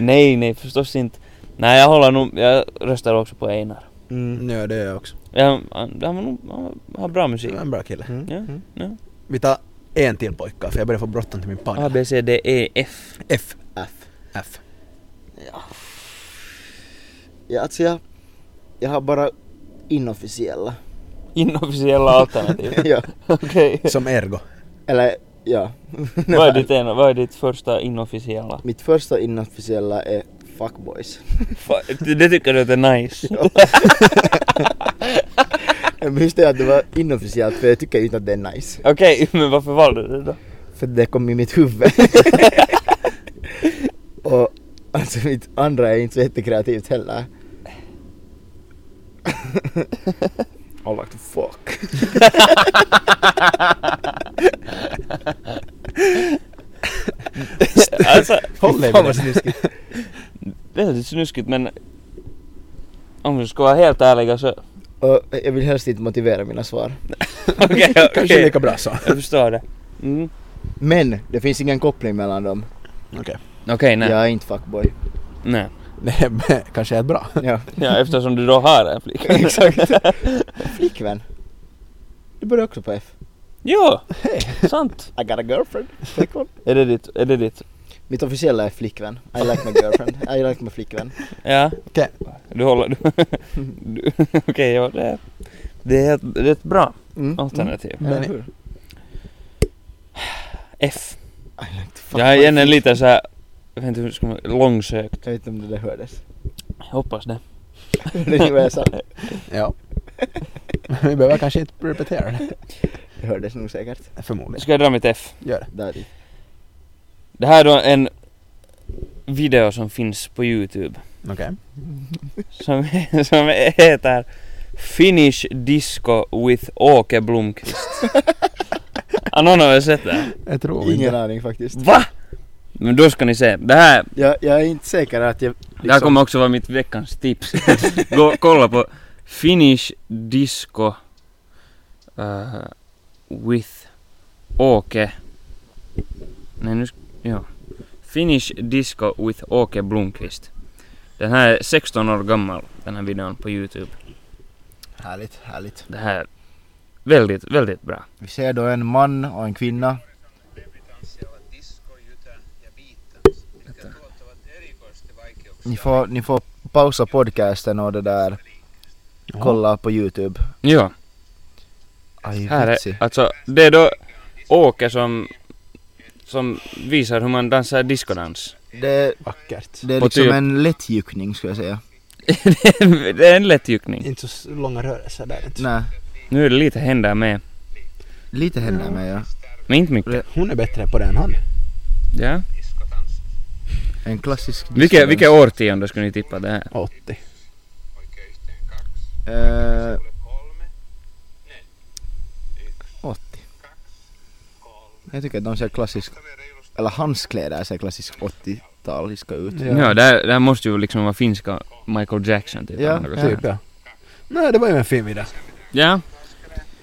Speaker 2: nej, nej, förstås inte. Nej, jag håller nog, jag röstar också på Einar.
Speaker 1: Mm.
Speaker 3: Ja, det är jag också.
Speaker 2: Ja, han, han, var nog- han har bra musik.
Speaker 3: Du är en bra kille.
Speaker 1: Mm.
Speaker 2: Ja,
Speaker 1: Mm.
Speaker 2: ja.
Speaker 3: Vi tar en till pojkar för jag börjar få bråttom till min panel.
Speaker 2: A, B, C, D, E, F.
Speaker 3: F.
Speaker 1: F.
Speaker 3: F.
Speaker 1: Ja, alltså jag, jag har bara inofficiella.
Speaker 2: Inofficiella alternativ.
Speaker 1: ja.
Speaker 2: Okej.
Speaker 3: Som ergo.
Speaker 1: Eller ja.
Speaker 2: Vad är ditt ena, vad är ditt första inofficiella?
Speaker 1: Mitt första inofficiella är fuckboys.
Speaker 2: Fa- Det tycker du att det är nice?
Speaker 1: Jag visste att det var inofficiellt för jag tycker ju inte att det är nice.
Speaker 2: Okej, men varför valde du det då?
Speaker 1: För det kom i mitt huvud. Och alltså mitt andra är inte så jättekreativt heller. I like to fuck.
Speaker 2: alltså,
Speaker 3: Håll dig
Speaker 1: Fan vad
Speaker 3: med den.
Speaker 1: snuskigt.
Speaker 2: det är lite snuskigt men om vi ska vara helt ärliga så...
Speaker 1: Och jag vill helst inte motivera mina svar.
Speaker 2: Okej, okej.
Speaker 3: Kanske lika bra så.
Speaker 2: Jag förstår det. Mm.
Speaker 1: Men det finns ingen koppling mellan dem.
Speaker 3: Okej.
Speaker 2: Okej, nej.
Speaker 1: Jag är inte fuckboy.
Speaker 2: nej.
Speaker 3: Nej, men kanske är bra.
Speaker 1: Ja,
Speaker 2: Ja, eftersom du då har en flicka.
Speaker 1: exakt. Flickvän. Du börjar också på F.
Speaker 2: jo, sant.
Speaker 1: I got a girlfriend. Flickvän.
Speaker 2: Är det ditt, är det ditt?
Speaker 1: Mitt officiella är flickvän. I like my girlfriend. I like my flickvän.
Speaker 2: Ja.
Speaker 3: Okej.
Speaker 2: Du håller... Du, du, okej, ja det är... Det är, ett, det är ett bra
Speaker 1: Mm.
Speaker 2: alternativ.
Speaker 1: Mm. Eller
Speaker 3: Men-
Speaker 1: hur?
Speaker 2: F.
Speaker 1: I like to fuck
Speaker 2: Jag är
Speaker 1: my
Speaker 2: igen en
Speaker 1: flick-
Speaker 2: liten såhär... Jag vet inte hur ska man... Långsökt.
Speaker 1: Jag vet inte om det där hördes.
Speaker 2: Jag hoppas det.
Speaker 1: Hörde ni vad jag sa?
Speaker 3: Ja. Vi behöver kanske inte repetera det.
Speaker 1: Det hördes nog säkert.
Speaker 3: Förmodligen.
Speaker 2: Ska jag dra mitt F?
Speaker 3: Gör det.
Speaker 1: Där.
Speaker 2: Det här är då en video som finns på Youtube.
Speaker 3: Okej.
Speaker 2: Som, som heter Finish Disco with Åke Blomqvist. Har någon av er sett det? här?
Speaker 3: Jag tror
Speaker 1: Ingen
Speaker 3: inte.
Speaker 1: aning faktiskt.
Speaker 2: Va? Men då ska ni se. Det här,
Speaker 1: Jag, jag är inte säker att jag...
Speaker 2: det här kommer också vara mitt veckans tips. Gå, kolla på Finish Disco eh, with Åke. Nej nu sk- ja. Finish Disco with Åke Blomqvist. Den här är 16 år gammal, den här videon på Youtube.
Speaker 1: liksom- Härligt, härligt.
Speaker 2: Det här är väldigt, väldigt bra.
Speaker 1: Vi ser då en man och en kvinna. Ni får, ni får pausa podcasten och det där. Kolla på Youtube.
Speaker 2: Ja,
Speaker 1: Aj,
Speaker 2: här
Speaker 1: vitsi.
Speaker 2: är alltså, det är då Åke som, som visar hur man dansar discodans.
Speaker 1: Det,
Speaker 3: Vackert.
Speaker 1: det är
Speaker 2: På
Speaker 1: liksom
Speaker 2: typ-
Speaker 1: en lättjukning skulle jag säga.
Speaker 2: Det är- det är en lättjukning.
Speaker 3: Inte så s- långa rörelser där inte.
Speaker 1: Nej,
Speaker 2: Nu är det lite händer med,
Speaker 1: lite händer med ja.
Speaker 2: men inte mycket.
Speaker 3: Hon är bättre på det än han.
Speaker 2: Ja.
Speaker 1: En klassisk
Speaker 2: Vilket,
Speaker 1: discodans.
Speaker 2: vilket årtionde skulle ni tippa det här?
Speaker 3: 80.
Speaker 1: Eh, 80. Jag tycker att de ser klassisk... Eller hans kläder ser klassisk 80-taliska ut.
Speaker 3: Ja.
Speaker 2: Ja, det här, det här måste ju liksom vara finska Michael Jackson typ.
Speaker 1: Ja,
Speaker 2: eller något
Speaker 3: Typ
Speaker 2: sånt.
Speaker 3: ja. Nej, det var ju en fin video.
Speaker 2: ja.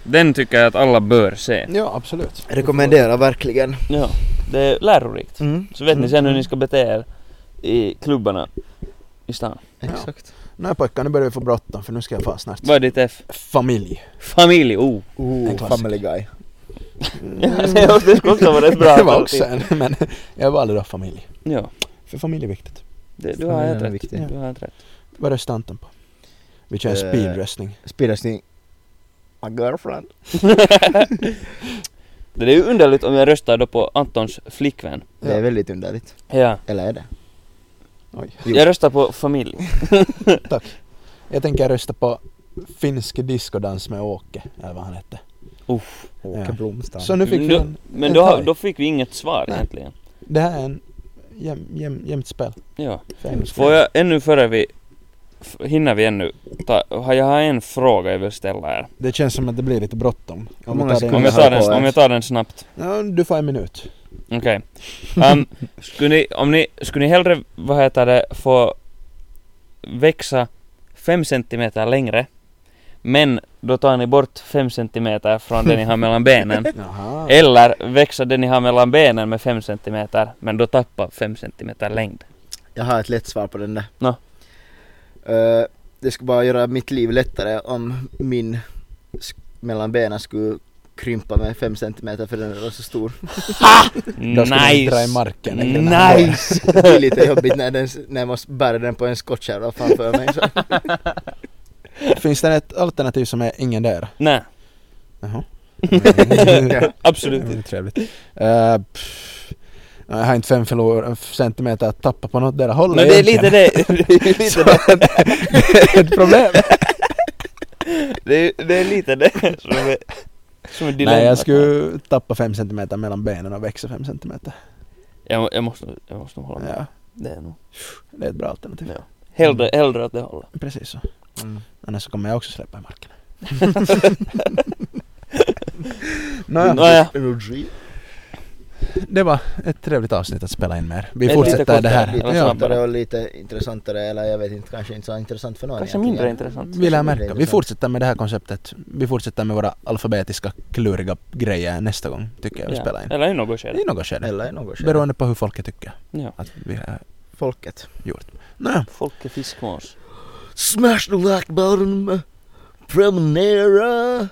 Speaker 2: Den tycker jag att alla bör se.
Speaker 3: Ja, absolut.
Speaker 1: Rekommenderar verkligen.
Speaker 2: Ja, det är lärorikt.
Speaker 1: Mm.
Speaker 2: Så vet ni sen hur ni ska bete er i klubbarna i stan.
Speaker 1: Exakt.
Speaker 3: Nej pojkar, nu börjar vi få bråttom för nu ska jag fara snart.
Speaker 2: Vad är ditt F?
Speaker 3: Familj.
Speaker 2: Familj, oh!
Speaker 1: Ooh,
Speaker 3: En klassiker.
Speaker 1: family guy.
Speaker 2: Ja, det- det skulle också vara rätt bra.
Speaker 3: det var också en, men jag valde då familj.
Speaker 2: Ja,
Speaker 3: För familj är viktigt.
Speaker 2: det, du har helt
Speaker 1: Familjen är
Speaker 2: rätt.
Speaker 1: viktig.
Speaker 2: Du har helt rätt.
Speaker 3: Vad röstar Anton på? Vi kör en
Speaker 1: Eh.
Speaker 3: speedröstning.
Speaker 1: Speedröstning. My girlfriend.
Speaker 2: Det är ju underligt om jag röstar då på Antons flickvän.
Speaker 1: Det är väldigt underligt.
Speaker 2: Ja.
Speaker 1: Eller är det?
Speaker 3: Oj.
Speaker 1: Jo.
Speaker 2: Jag röstar på familj.
Speaker 3: Jag tänker rösta på finsk diskodans med Åke, eller vad han hette.
Speaker 2: Uff.
Speaker 3: Ja.
Speaker 1: Blomstrand.
Speaker 3: Så nu fick vi
Speaker 2: Men,
Speaker 3: en,
Speaker 2: men
Speaker 3: en
Speaker 2: Mm, då, har-
Speaker 3: tie.
Speaker 2: då fick vi inget svar
Speaker 3: Nej.
Speaker 2: egentligen.
Speaker 3: Det här är en jäm, jäm, jämnt spel.
Speaker 2: Ja.
Speaker 3: För en gångs skull.
Speaker 2: Får jag ännu före vi... f- Hinner vi ännu? Ta, har- jag har en fråga jag vill ställa er.
Speaker 3: Det känns som att det blir lite bråttom.
Speaker 1: Hur många
Speaker 3: vi tar Mm. det-
Speaker 1: sekunder
Speaker 2: Om
Speaker 1: vi
Speaker 2: jag
Speaker 1: har
Speaker 2: tar den,
Speaker 1: på
Speaker 2: om
Speaker 1: ett.
Speaker 2: jag tar den snabbt.
Speaker 3: Ja, du får en minut.
Speaker 2: Okej. Ehm, skulle, ni, om ni, skulle ni hellre, vad heter det, få växa 5 centimeter längre men då tar ni bort 5 centimeter från det ni har mellan benen.
Speaker 3: Jaha.
Speaker 2: Eller växa det ni har mellan benen med 5 centimeter men då tappar 5 centimeter längd.
Speaker 1: Jag har ett lätt svar på den där.
Speaker 2: Nå.
Speaker 1: Eh, det skulle bara göra mitt liv lättare om min sk- mellan benen skulle krympa med 5 centimeter för den är så stor.
Speaker 3: Då ska man dra i
Speaker 2: Nice!
Speaker 3: marken. eller?
Speaker 2: Nice!
Speaker 1: Det blir lite jobbigt när, den, när jag måste bära den på en skottkärra framför mig. Så.
Speaker 3: Finns det ett alternativ som är ingen där?
Speaker 2: Nej,
Speaker 3: Jaha.
Speaker 2: absolut
Speaker 3: Det
Speaker 2: inte.
Speaker 3: var trevligt. Eh, pff, jag har inte fem förlor- centimeter att tappa på något där hållet
Speaker 2: Men det är
Speaker 3: egentligen.
Speaker 2: lite det, det är ju lite
Speaker 3: Så
Speaker 2: det,
Speaker 3: det är ett problem.
Speaker 2: det är, det är lite det som är, som är dilemmat.
Speaker 3: Nej, jag skulle tappa fem centimeter mellan benen och växa fem centimeter.
Speaker 2: jag, må- jag måste, jag måste nog hålla med.
Speaker 3: Ja,
Speaker 2: Det är nog.
Speaker 3: det är ett bra alternativ.
Speaker 2: Ja. Hellre, hellre att det håller.
Speaker 3: Precis så.
Speaker 1: Mm.
Speaker 3: Annars så kommer jag också släppa i marken.
Speaker 2: Nå,
Speaker 3: Nåja,
Speaker 2: ja.
Speaker 3: det var ett trevligt avsnitt att spela in med er. Vi
Speaker 2: Ett lite
Speaker 3: fortsätter
Speaker 2: kortare,
Speaker 3: det
Speaker 2: lite
Speaker 3: här.
Speaker 1: Lite
Speaker 3: Ja,
Speaker 1: snabbare och lite intressantare eller jag vet inte, kanske inte så intressant för någon
Speaker 2: Kanske
Speaker 1: egentligen.
Speaker 2: mindre intressant.
Speaker 3: vi lär märka.
Speaker 1: intressant.
Speaker 3: Vi fortsätter med det här konceptet. Vi fortsätter med våra alfabetiska kluriga grejer nästa gång, tycker jag vi spelar in.
Speaker 2: Eller i något skede.
Speaker 3: I något skede.
Speaker 1: Eller i något skede.
Speaker 3: Beroende på hur folket tycker
Speaker 2: Ja.
Speaker 3: att vi har
Speaker 1: Folket.
Speaker 3: gjort. Nåja,
Speaker 2: Folk är fiskmås.
Speaker 1: Smash the like button, premonera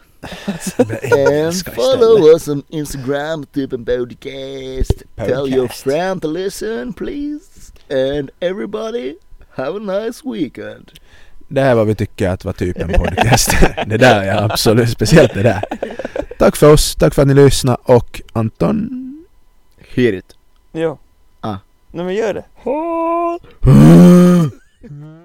Speaker 3: det blir
Speaker 1: and
Speaker 3: engelska istället.
Speaker 1: follow us on Instagram, typ en podcast. Tell your
Speaker 3: Podcast.
Speaker 1: friend to listen please. And everybody have a nice weekend.
Speaker 3: Det här är vad vi tycker att var typen podcast. det där ja, absolut. Speciellt det där. Tack för oss, tack för att ni lyssnade och Anton
Speaker 1: Hit it.
Speaker 2: Ja.
Speaker 1: Ah.
Speaker 2: Nej men gör det.
Speaker 4: Ha!
Speaker 3: Mm.